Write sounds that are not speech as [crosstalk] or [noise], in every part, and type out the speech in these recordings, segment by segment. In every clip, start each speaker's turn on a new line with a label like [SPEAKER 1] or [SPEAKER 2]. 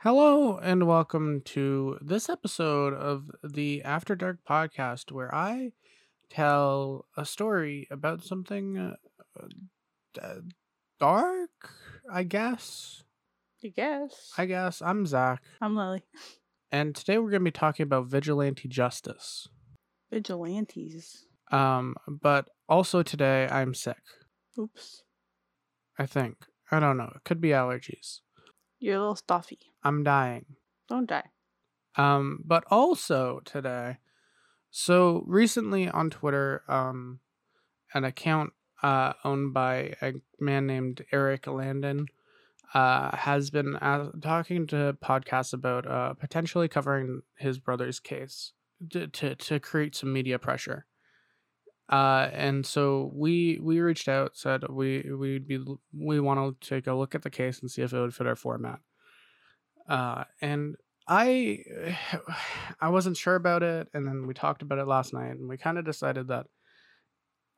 [SPEAKER 1] Hello, and welcome to this episode of the After Dark podcast, where I tell a story about something uh, uh, dark, I guess.
[SPEAKER 2] I guess.
[SPEAKER 1] I guess. I'm Zach,
[SPEAKER 2] I'm Lily.
[SPEAKER 1] and today we're going to be talking about vigilante justice.
[SPEAKER 2] Vigilantes.
[SPEAKER 1] Um, but also today, I'm sick,
[SPEAKER 2] Oops.
[SPEAKER 1] I think. I don't know. It could be allergies.
[SPEAKER 2] You're a little stuffy.
[SPEAKER 1] I'm dying.
[SPEAKER 2] Don't die.
[SPEAKER 1] um, but also today. So recently on Twitter, um, an account uh, owned by a man named Eric Landon uh, has been a- talking to podcasts about uh, potentially covering his brother's case to, to, to create some media pressure. Uh, and so we we reached out, said we we'd be we want to take a look at the case and see if it would fit our format. Uh, and I [sighs] I wasn't sure about it, and then we talked about it last night, and we kind of decided that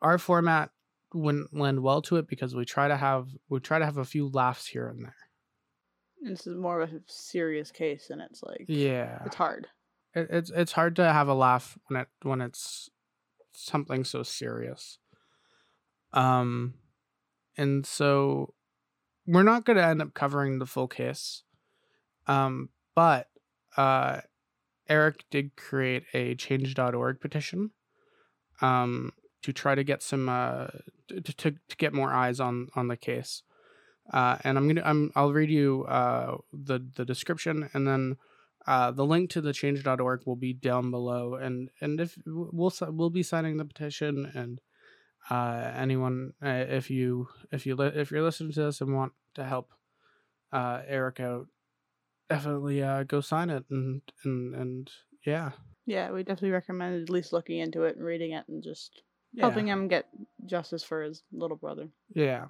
[SPEAKER 1] our format wouldn't lend well to it because we try to have we try to have a few laughs here and there.
[SPEAKER 2] This is more of a serious case, and it's like
[SPEAKER 1] Yeah,
[SPEAKER 2] it's hard.
[SPEAKER 1] it, it's it's hard to have a laugh when it when it's something so serious. Um, and so we're not going to end up covering the full case, um, but uh, Eric did create a Change.org petition, um, to try to get some uh to, to to get more eyes on on the case. Uh, and I'm gonna I'm I'll read you uh the the description and then uh, the link to the change.org will be down below and and if we'll si- we'll be signing the petition and uh, anyone uh, if you if you li- if you're listening to this and want to help uh, Eric out definitely uh, go sign it and and and yeah
[SPEAKER 2] Yeah, we definitely recommend at least looking into it and reading it and just helping him get justice for his little brother.
[SPEAKER 1] yeah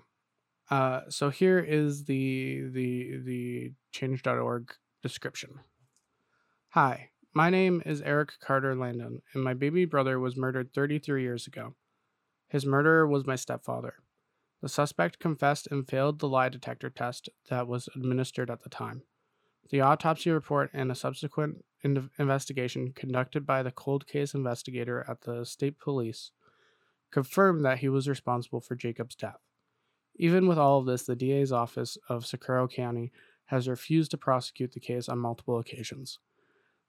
[SPEAKER 1] uh, so here is the the the change.org description Hi, my name is Eric Carter Landon, and my baby brother was murdered 33 years ago. His murderer was my stepfather. The suspect confessed and failed the lie detector test that was administered at the time. The autopsy report and a subsequent in- investigation conducted by the cold case investigator at the state police confirmed that he was responsible for Jacob's death. Even with all of this, the DA's office of Socorro County has refused to prosecute the case on multiple occasions.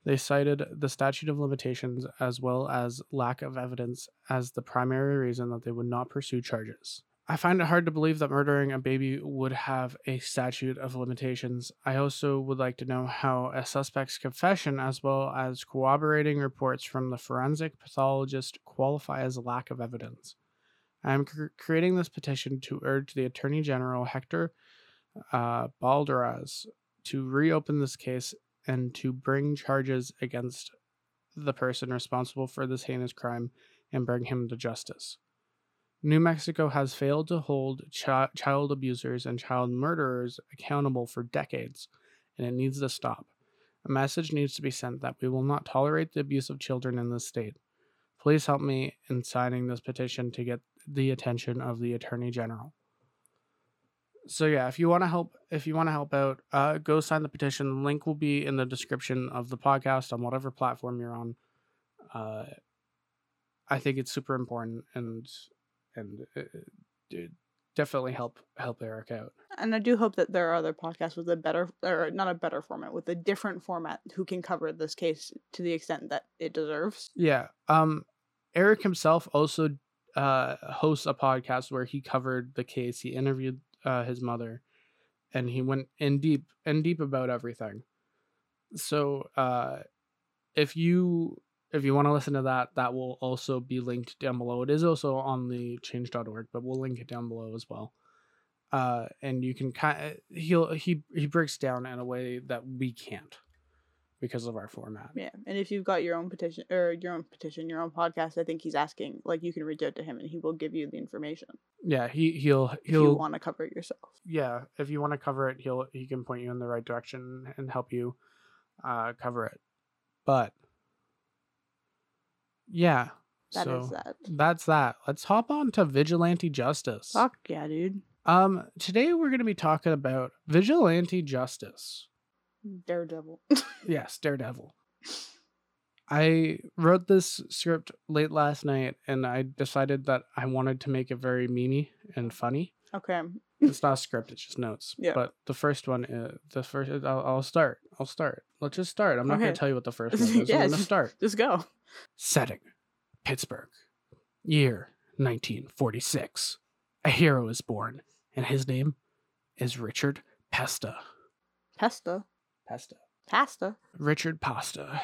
[SPEAKER 1] They cited the statute of limitations as well as lack of evidence as the primary reason that they would not pursue charges. I find it hard to believe that murdering a baby would have a statute of limitations. I also would like to know how a suspect's confession, as well as corroborating reports from the forensic pathologist, qualify as lack of evidence. I am cr- creating this petition to urge the Attorney General Hector uh, Balderas to reopen this case and to bring charges against the person responsible for this heinous crime and bring him to justice. New Mexico has failed to hold chi- child abusers and child murderers accountable for decades, and it needs to stop. A message needs to be sent that we will not tolerate the abuse of children in this state. Please help me in signing this petition to get the attention of the Attorney General so yeah if you want to help if you want to help out uh go sign the petition the link will be in the description of the podcast on whatever platform you're on uh i think it's super important and and uh, d- definitely help help eric out
[SPEAKER 2] And I do hope that there are other podcasts with a better, or not a better format, with a different format who can cover this case to the extent that it deserves.
[SPEAKER 1] yeah um eric himself also uh hosts a podcast where he covered the case he interviewed uh his mother and he went in deep in deep about everything so uh if you if you want to listen to that that will also be linked down below it is also on the change.org but we'll link it down below as well uh and you can kind he'll he he breaks down in a way that we can't because of our format
[SPEAKER 2] Yeah, and if you've got your own petition or your own petition, your own podcast, I think he's asking like you can reach out to him and he will give you the information
[SPEAKER 1] yeah he he'll
[SPEAKER 2] if
[SPEAKER 1] he'll
[SPEAKER 2] you want to cover it yourself.
[SPEAKER 1] yeah, if you want to cover it, he'll he can point you in the right direction and help you uh cover it. But yeah,
[SPEAKER 2] That
[SPEAKER 1] so
[SPEAKER 2] is that.
[SPEAKER 1] that's that. Let's hop on to vigilante justice.
[SPEAKER 2] Fuck yeah, dude.
[SPEAKER 1] Um, today we're going to be talking about vigilante justice.
[SPEAKER 2] Daredevil. [laughs]
[SPEAKER 1] Yes, Daredevil. I wrote this script late last night and I decided that I wanted to make it very memey and funny.
[SPEAKER 2] okay.
[SPEAKER 1] It's not a script, it's just notes.
[SPEAKER 2] Yeah.
[SPEAKER 1] But the first one, uh, the first, I'll, I'll start. I'll start. Let's just start. I'm not going
[SPEAKER 2] Okay.
[SPEAKER 1] to tell you what the first
[SPEAKER 2] [laughs]
[SPEAKER 1] one is.
[SPEAKER 2] Yeah,
[SPEAKER 1] I'm going to
[SPEAKER 2] just-
[SPEAKER 1] start.
[SPEAKER 2] Just go.
[SPEAKER 1] Setting Pittsburgh. Year 1946. A hero is born, and his name is Richard Pesta.
[SPEAKER 2] Pasta.
[SPEAKER 1] Pesta.
[SPEAKER 2] Pasta. [laughs]
[SPEAKER 1] Richard Pasta.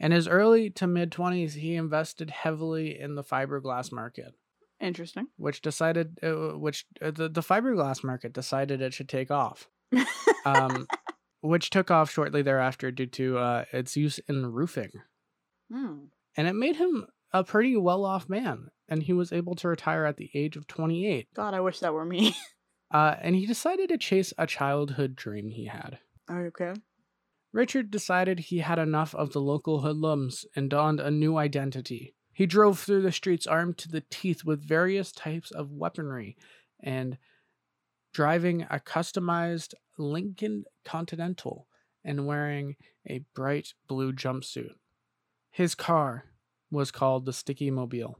[SPEAKER 1] In his early to mid 20s, he invested heavily in the fiberglass market,
[SPEAKER 2] Interesting. [laughs]
[SPEAKER 1] which decided, uh, which uh, the, the fiberglass market decided it should take off, um, which took off shortly thereafter due to uh, its use in roofing.
[SPEAKER 2] Hmm.
[SPEAKER 1] and it made him a pretty well off man. And he was able to retire at the age of 28.
[SPEAKER 2] God, I wish that were me. [laughs]
[SPEAKER 1] Uh, and he decided to chase a childhood dream he had.
[SPEAKER 2] okay. [laughs]
[SPEAKER 1] Richard decided he had enough of the local hoodlums and donned a new identity. He drove through the streets armed to the teeth with various types of weaponry and driving a customized Lincoln Continental and wearing a bright blue jumpsuit. His car was called the Sticky Mobile.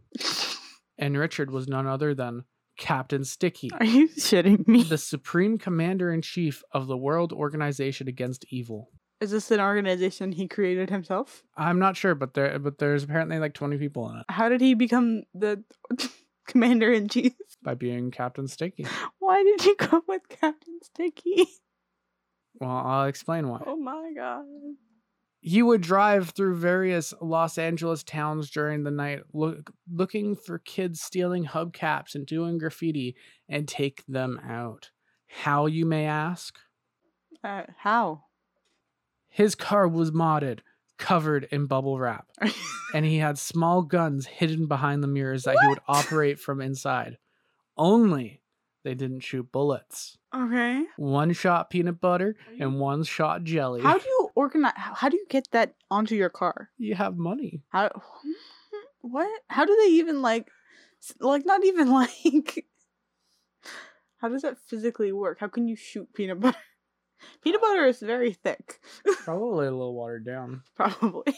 [SPEAKER 1] and Richard was none other than Captain Sticky,
[SPEAKER 2] Are you shitting me?
[SPEAKER 1] the supreme commander in chief of the World Organization Against Evil.
[SPEAKER 2] Is this an organization he created himself?
[SPEAKER 1] I'm not sure, but there but there's apparently like 20 people in it
[SPEAKER 2] How did he become the [laughs] commander in chief?
[SPEAKER 1] by being Captain Sticky.
[SPEAKER 2] [laughs] Why did he go with Captain Sticky?
[SPEAKER 1] Well, I'll explain why.
[SPEAKER 2] Oh my god.
[SPEAKER 1] He would drive through various Los Angeles towns during the night, look, looking for kids stealing hubcaps and doing graffiti, and take them out. How you may ask?
[SPEAKER 2] Uh, how? [laughs]
[SPEAKER 1] His car was modded, covered in bubble wrap. and he had small guns hidden behind the mirrors that he would
[SPEAKER 2] What?
[SPEAKER 1] operate from inside. Only they didn't shoot bullets.
[SPEAKER 2] okay.
[SPEAKER 1] One shot peanut butter and one shot jelly. [laughs]
[SPEAKER 2] How do you organize? How, how do you get that onto your car?
[SPEAKER 1] you have money?
[SPEAKER 2] How? [laughs] What? How do they even like? s- Like not even [laughs] like. How does that physically work? How can you shoot peanut butter? [laughs] Peanut butter is very thick,
[SPEAKER 1] Probably a little watered down.
[SPEAKER 2] [laughs] probably.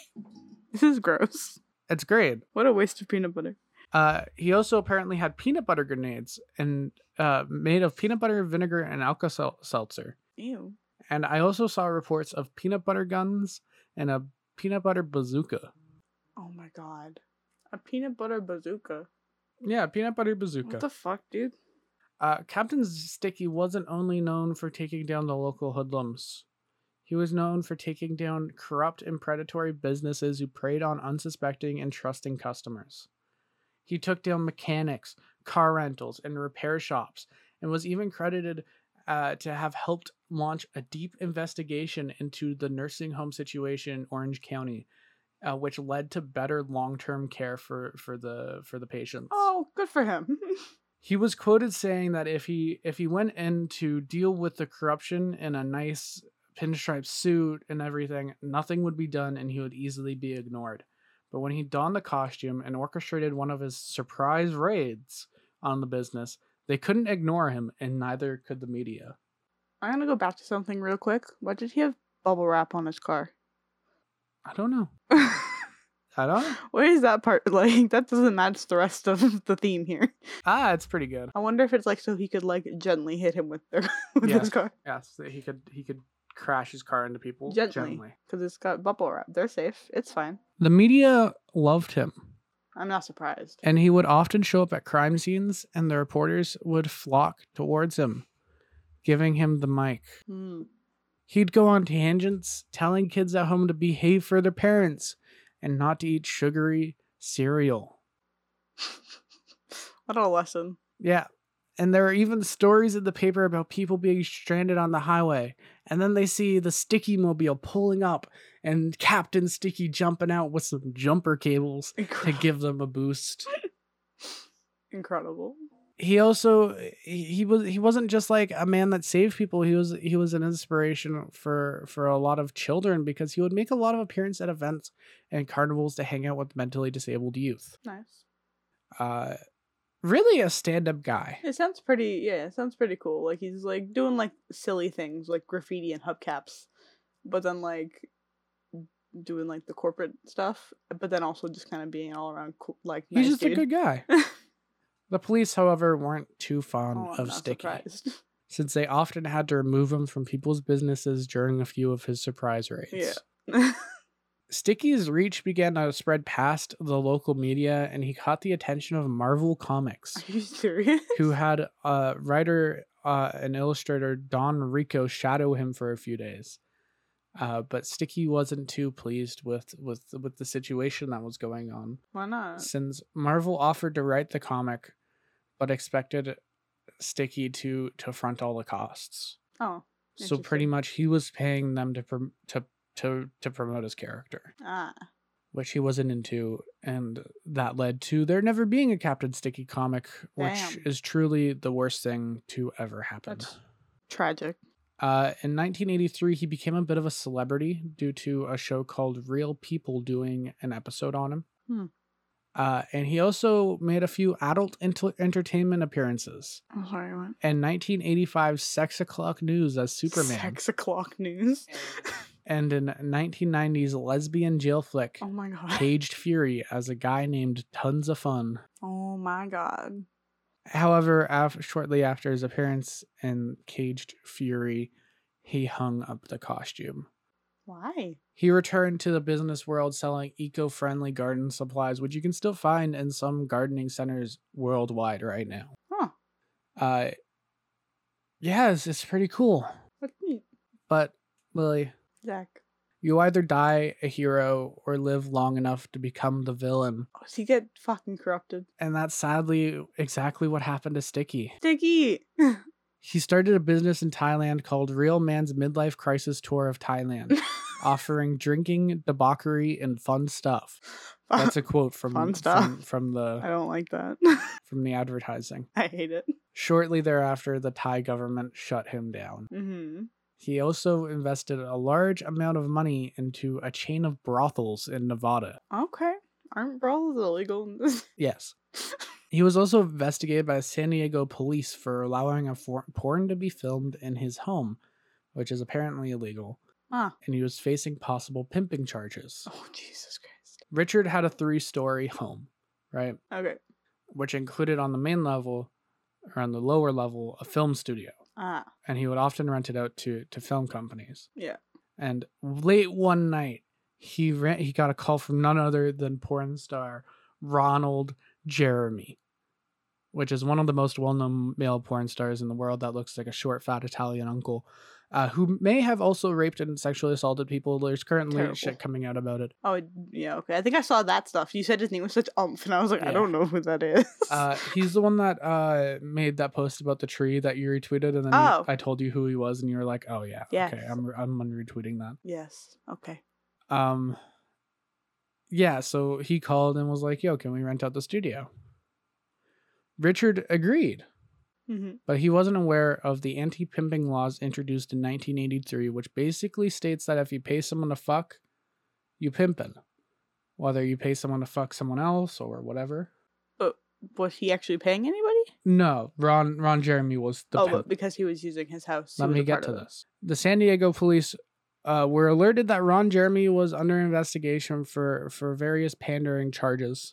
[SPEAKER 2] This is gross.
[SPEAKER 1] It's great.
[SPEAKER 2] What a waste of peanut butter.
[SPEAKER 1] Uh, he also apparently had peanut butter grenades and uh, made of peanut butter, vinegar, and Alka Seltzer.
[SPEAKER 2] Ew.
[SPEAKER 1] And I also saw reports of peanut butter guns and a peanut butter bazooka.
[SPEAKER 2] Oh my god. A peanut butter bazooka.
[SPEAKER 1] Yeah, peanut butter bazooka.
[SPEAKER 2] What the fuck, dude?
[SPEAKER 1] Uh, Captain Sticky wasn't only known for taking down the local hoodlums. He was known for taking down corrupt and predatory businesses who preyed on unsuspecting and trusting customers. He took down mechanics, car rentals, and repair shops, and was even credited uh, to have helped launch a deep investigation into the nursing home situation in Orange County, uh, which led to better long-term care for for the for the patients
[SPEAKER 2] Oh, good for him. [laughs]
[SPEAKER 1] he was quoted saying that if he if he went in to deal with the corruption in a nice pinstripe suit and everything nothing would be done and he would easily be ignored but when he donned the costume and orchestrated one of his surprise raids on the business they couldn't ignore him and neither could the media
[SPEAKER 2] I'm gonna go back to something real quick. Why did he have bubble wrap on his car? [laughs]
[SPEAKER 1] i don't know i don't
[SPEAKER 2] [sighs]
[SPEAKER 1] know.
[SPEAKER 2] Where is that part? [laughs] Like, that doesn't match the rest of [laughs] the theme here.
[SPEAKER 1] ah it's pretty good
[SPEAKER 2] I wonder if it's like so he could like gently hit him with the [laughs] with
[SPEAKER 1] Yeah.
[SPEAKER 2] his car
[SPEAKER 1] yes he could he could crash his car into people
[SPEAKER 2] Gently. because it's got bubble wrap. They're safe. It's fine.
[SPEAKER 1] the media loved him
[SPEAKER 2] I'm not surprised.
[SPEAKER 1] and he would often show up at crime scenes and the reporters would flock towards him giving him the mic
[SPEAKER 2] Hmm. [laughs]
[SPEAKER 1] he'd go on tangents telling kids at home to behave for their parents and not to eat sugary cereal
[SPEAKER 2] What a lesson.
[SPEAKER 1] yeah and there are even stories in the paper about people being stranded on the highway and then they see the sticky mobile pulling up and captain sticky jumping out with some jumper cables to
[SPEAKER 2] Incredible.
[SPEAKER 1] give them a boost
[SPEAKER 2] Incredible.
[SPEAKER 1] he also he, he was he wasn't just like a man that saved people he was he was an inspiration for for a lot of children because he would make a lot of appearance at events and carnivals to hang out with mentally disabled youth
[SPEAKER 2] Nice.
[SPEAKER 1] uh really a stand-up guy.
[SPEAKER 2] It sounds pretty. Yeah, it sounds pretty cool. Like he's like doing like silly things like graffiti and hubcaps, but then like doing like the corporate stuff, but then also just kind of being all around cool, like
[SPEAKER 1] He's
[SPEAKER 2] nice
[SPEAKER 1] just
[SPEAKER 2] dude.
[SPEAKER 1] a good
[SPEAKER 2] [laughs]
[SPEAKER 1] guy. the police, however, weren't too fond
[SPEAKER 2] Oh, I'm
[SPEAKER 1] of
[SPEAKER 2] not
[SPEAKER 1] Sticky,
[SPEAKER 2] surprised. [laughs]
[SPEAKER 1] since they often had to remove him from people's businesses during a few of his surprise raids.
[SPEAKER 2] Yeah.
[SPEAKER 1] Sticky's reach began to spread past the local media, and he caught the attention of Marvel Comics.
[SPEAKER 2] Are you serious? [laughs]
[SPEAKER 1] who had uh, writer uh, and illustrator Don Rico shadow him for a few days. Uh, but Sticky wasn't too pleased with, with with the situation that was going on,
[SPEAKER 2] Why not?
[SPEAKER 1] since Marvel offered to write the comic, but expected Sticky to to front all the costs.
[SPEAKER 2] Oh.
[SPEAKER 1] So pretty
[SPEAKER 2] Interesting.
[SPEAKER 1] much he was paying them to prom- to to to promote his character,
[SPEAKER 2] Ah.
[SPEAKER 1] which he wasn't into, and that led to there never being a Captain Sticky comic, which
[SPEAKER 2] Damn.
[SPEAKER 1] is truly the worst thing to ever happen.
[SPEAKER 2] That's- Tragic.
[SPEAKER 1] Uh, in 1983, he became a bit of a celebrity due to a show called Real People doing an episode on him.
[SPEAKER 2] Hmm.
[SPEAKER 1] Uh, and he also made a few adult ent- entertainment appearances.
[SPEAKER 2] I'm sorry, what?
[SPEAKER 1] And 1985, Sex O'Clock News as Superman.
[SPEAKER 2] Six o'clock news.
[SPEAKER 1] And in 1990s, lesbian jail flick,
[SPEAKER 2] [laughs] Oh my god.
[SPEAKER 1] Caged Fury as a guy named Tons of Fun.
[SPEAKER 2] Oh my god.
[SPEAKER 1] However, af- shortly after his appearance in Caged Fury, he hung up the costume.
[SPEAKER 2] Why?
[SPEAKER 1] He returned to the business world selling eco friendly garden supplies, which you can still find in some gardening centers worldwide right now.
[SPEAKER 2] Huh.
[SPEAKER 1] Uh, yes, it's pretty cool.
[SPEAKER 2] What's neat?
[SPEAKER 1] But, Lily,
[SPEAKER 2] Zach.
[SPEAKER 1] you either die a hero or live long enough to become the villain.
[SPEAKER 2] Oh, does he get fucking corrupted?
[SPEAKER 1] And that's sadly exactly what happened to Sticky.
[SPEAKER 2] Sticky. [laughs]
[SPEAKER 1] He started a business in Thailand called Real Man's Midlife Crisis Tour of Thailand,
[SPEAKER 2] [laughs]
[SPEAKER 1] offering drinking, debauchery, and fun stuff. [laughs] That's a quote from
[SPEAKER 2] Fun
[SPEAKER 1] From,
[SPEAKER 2] stuff.
[SPEAKER 1] from
[SPEAKER 2] I
[SPEAKER 1] the
[SPEAKER 2] don't like that.
[SPEAKER 1] from the advertising.
[SPEAKER 2] I hate it.
[SPEAKER 1] Shortly thereafter, the Thai government shut him down.
[SPEAKER 2] Mm-hmm.
[SPEAKER 1] He also invested a large amount of money into a chain of brothels in Nevada.
[SPEAKER 2] Okay. Aren't brawls illegal in this? [laughs]
[SPEAKER 1] Yes. He was also investigated by San Diego police for allowing a for- porn to be filmed in his home, which is apparently illegal,
[SPEAKER 2] Ah.
[SPEAKER 1] and he was facing possible pimping charges.
[SPEAKER 2] Oh, Jesus Christ.
[SPEAKER 1] Richard had a three story home, right?
[SPEAKER 2] Okay.
[SPEAKER 1] which included on the main level or on the lower level a film studio
[SPEAKER 2] Ah.
[SPEAKER 1] and he would often rent it out to to film companies
[SPEAKER 2] Yeah.
[SPEAKER 1] and late one night he ran he got a call from none other than porn star ronald jeremy which is one of the most well-known male porn stars in the world that looks like a short fat italian uncle uh, who may have also raped and sexually assaulted people there's currently
[SPEAKER 2] Terrible.
[SPEAKER 1] shit coming out about it
[SPEAKER 2] Oh, yeah. Okay. I think I saw that stuff. You said his name was such umph, and I was like,
[SPEAKER 1] Yeah.
[SPEAKER 2] I don't know who that is.
[SPEAKER 1] Uh, he's the one that uh made that post about the tree that you retweeted, and then
[SPEAKER 2] Oh.
[SPEAKER 1] I told you who he was, and you were like, "Oh yeah, okay,
[SPEAKER 2] Yes.
[SPEAKER 1] I'm I'm unretweeting that."
[SPEAKER 2] [laughs] yes. Okay.
[SPEAKER 1] Um, yeah. So he called and was like, "Yo, can we rent out the studio?" Richard agreed,
[SPEAKER 2] Mm-hmm.
[SPEAKER 1] but he wasn't aware of the anti-pimping laws introduced in 1983, which basically states that if you pay someone to fuck, you pimpin', whether you pay someone to fuck someone else or whatever.
[SPEAKER 2] Was he actually paying anybody?
[SPEAKER 1] No, Ron Ron Jeremy was the
[SPEAKER 2] oh,
[SPEAKER 1] pimp.
[SPEAKER 2] but because he was using his house. he
[SPEAKER 1] Let
[SPEAKER 2] was
[SPEAKER 1] me
[SPEAKER 2] a
[SPEAKER 1] get
[SPEAKER 2] part
[SPEAKER 1] to
[SPEAKER 2] of it.
[SPEAKER 1] this. The San Diego police uh, were alerted that Ron Jeremy was under investigation for for various pandering charges,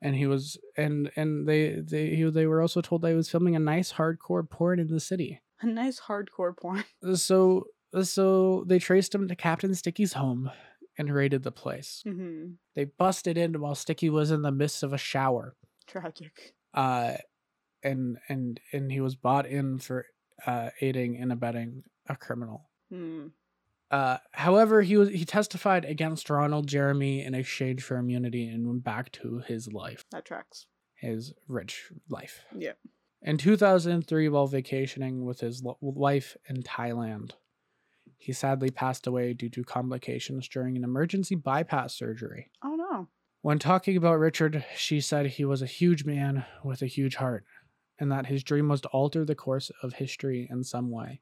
[SPEAKER 1] and he was and and they they he, they were also told that he was filming a nice hardcore porn in the city.
[SPEAKER 2] A nice hardcore porn. [laughs]
[SPEAKER 1] So so they traced him to Captain Sticky's home and raided the place.
[SPEAKER 2] Mm-hmm.
[SPEAKER 1] They busted in while Sticky was in the midst of a shower.
[SPEAKER 2] Tragic.
[SPEAKER 1] Uh, and and and he was bought in for uh, aiding and abetting a criminal.
[SPEAKER 2] Hmm.
[SPEAKER 1] Uh, however, he was he testified against Ronald Jeremy in exchange for immunity and went back to his life,
[SPEAKER 2] That tracks.
[SPEAKER 1] his rich life.
[SPEAKER 2] Yeah.
[SPEAKER 1] In 2003, while vacationing with his lo- wife in Thailand, he sadly passed away due to complications during an emergency bypass surgery.
[SPEAKER 2] Oh no.
[SPEAKER 1] When talking about Richard, she said he was a huge man with a huge heart, and that his dream was to alter the course of history in some way,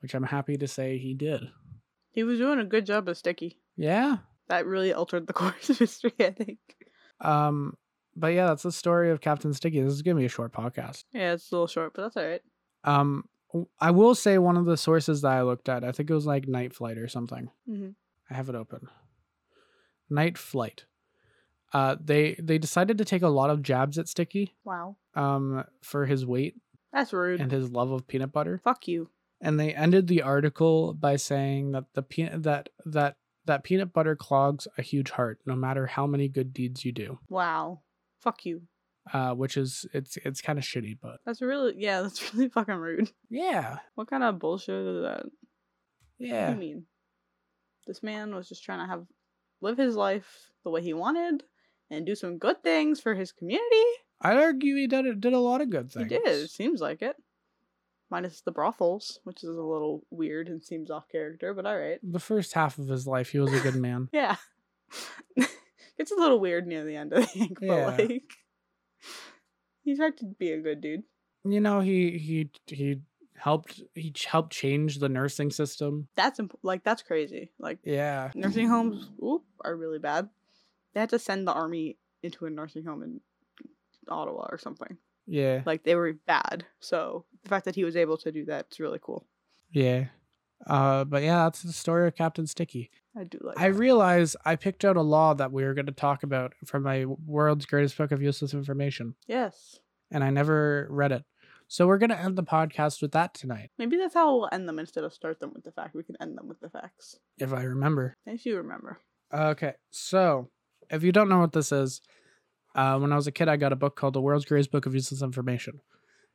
[SPEAKER 1] which I'm happy to say he did.
[SPEAKER 2] He was doing a good job of sticky.
[SPEAKER 1] Yeah.
[SPEAKER 2] [laughs] That really altered the course of history, I think.
[SPEAKER 1] Um, but yeah, that's the story of Captain Sticky. This is gonna be a short podcast.
[SPEAKER 2] Yeah, it's a little short, but that's all right.
[SPEAKER 1] Um, w- I will say one of the sources that I looked at, I think it was like Night Flight or something.
[SPEAKER 2] Mhm.
[SPEAKER 1] I have it open. Night Flight. Uh, they they decided to take a lot of jabs at Sticky,
[SPEAKER 2] Wow.
[SPEAKER 1] um, for his weight
[SPEAKER 2] That's rude.
[SPEAKER 1] and his love of peanut butter,
[SPEAKER 2] Fuck you.
[SPEAKER 1] and they ended the article by saying that the peanut that that that peanut butter clogs a huge heart, no matter how many good deeds you do.
[SPEAKER 2] Wow. Fuck you.
[SPEAKER 1] Uh, which is it's it's kind of shitty, but
[SPEAKER 2] That's really yeah, [laughs] that's really fucking rude.
[SPEAKER 1] yeah,
[SPEAKER 2] What kind of bullshit is that? I
[SPEAKER 1] yeah,
[SPEAKER 2] mean, this man was just trying to have live his life the way he wanted and do some good things for his community.
[SPEAKER 1] I'd argue he did did a lot of good things.
[SPEAKER 2] He did. Seems like it. Minus the brothels, which is a little weird and seems off character, but all right.
[SPEAKER 1] the first half of his life he was a good man
[SPEAKER 2] Yeah. [laughs] it's a little weird near the end, I think, but
[SPEAKER 1] Yeah.
[SPEAKER 2] like he tried to be a good dude.
[SPEAKER 1] you know he he he helped he ch- helped change the nursing system
[SPEAKER 2] That's imp- like that's crazy. Like
[SPEAKER 1] yeah
[SPEAKER 2] nursing homes oop, are really bad. They had to send the army into a nursing home in Ottawa or something.
[SPEAKER 1] yeah
[SPEAKER 2] Like they were bad. So the fact that he was able to do that is really cool.
[SPEAKER 1] yeah uh but yeah that's the story of captain sticky
[SPEAKER 2] I do like.
[SPEAKER 1] i
[SPEAKER 2] that.
[SPEAKER 1] realize i picked out a law that we were going to talk about from my world's greatest book of useless information
[SPEAKER 2] yes.
[SPEAKER 1] and i never read it so we're going to end the podcast with that tonight
[SPEAKER 2] Maybe that's how we'll end them instead of start them with the fact. We can end them with the facts.
[SPEAKER 1] if i remember
[SPEAKER 2] If you remember.
[SPEAKER 1] Okay, so if you don't know what this is, uh, when I was a kid, I got a book called The World's Greatest Book of Useless Information.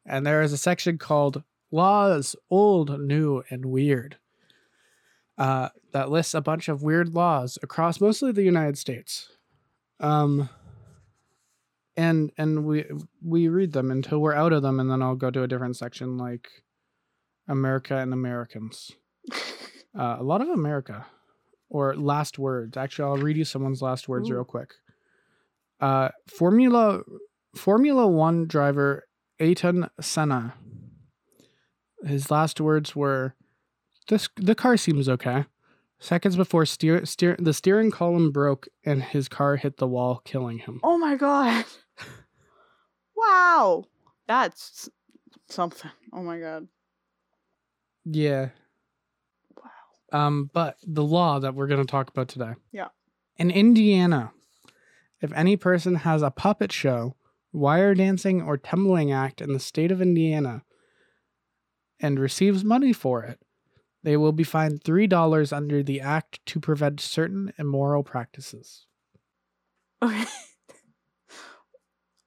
[SPEAKER 1] And there is a section called Laws Old, New, and Weird uh, that lists a bunch of weird laws across mostly the United States. Um, and and we we read them until we're out of them, and then I'll go to a different section like America and Americans. Uh, a lot of America or last words. Actually, I'll read you someone's last words
[SPEAKER 2] Ooh.
[SPEAKER 1] real quick. Uh, Formula Formula One driver Ayrton Senna. His last words were, "This the car seems okay." Seconds before steer, steer the steering column broke and his car hit the wall, killing him.
[SPEAKER 2] oh my god. wow. That's something. Oh my god.
[SPEAKER 1] Yeah.
[SPEAKER 2] Wow.
[SPEAKER 1] Um, but the law that we're going to talk about today.
[SPEAKER 2] Yeah.
[SPEAKER 1] In Indiana, if any person has a puppet show, wire dancing, or tumbling act in the state of Indiana and receives money for it, they will be fined $3 under the act to prevent certain immoral practices.
[SPEAKER 2] Okay.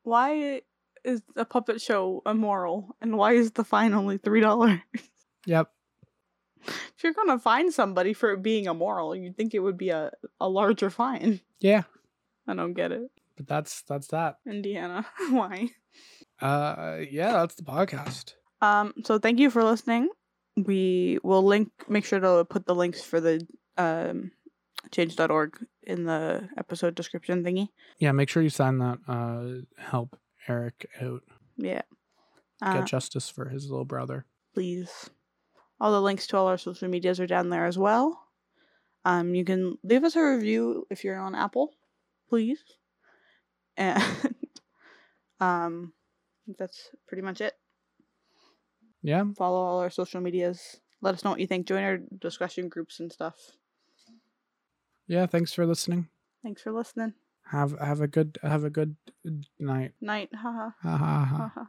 [SPEAKER 2] why is a puppet show immoral, and why is the fine only three dollars?
[SPEAKER 1] Yep.
[SPEAKER 2] if you're gonna fine somebody for it being immoral, you'd think it would be a a larger fine.
[SPEAKER 1] Yeah.
[SPEAKER 2] I don't get it,
[SPEAKER 1] But that's that's that.
[SPEAKER 2] Indiana. [laughs] why?
[SPEAKER 1] Uh yeah, that's the podcast.
[SPEAKER 2] Um. So thank you for listening. We will link. Make sure to put the links for the um change.org in the episode description thingy.
[SPEAKER 1] Yeah, make sure you sign that uh help Eric out.
[SPEAKER 2] Yeah.
[SPEAKER 1] Get
[SPEAKER 2] Uh,
[SPEAKER 1] justice for his little brother.
[SPEAKER 2] please. All the links to all our social medias are down there as well. Um, you can leave us a review if you're on Apple, please. And [laughs] um, that's pretty much it.
[SPEAKER 1] Yeah.
[SPEAKER 2] Follow all our social medias. Let us know what you think. Join our discussion groups and stuff.
[SPEAKER 1] Yeah. Thanks for listening.
[SPEAKER 2] Thanks for listening.
[SPEAKER 1] Have have a good have a good night.
[SPEAKER 2] Night. Haha.
[SPEAKER 1] Ha ha ha.
[SPEAKER 2] Haha.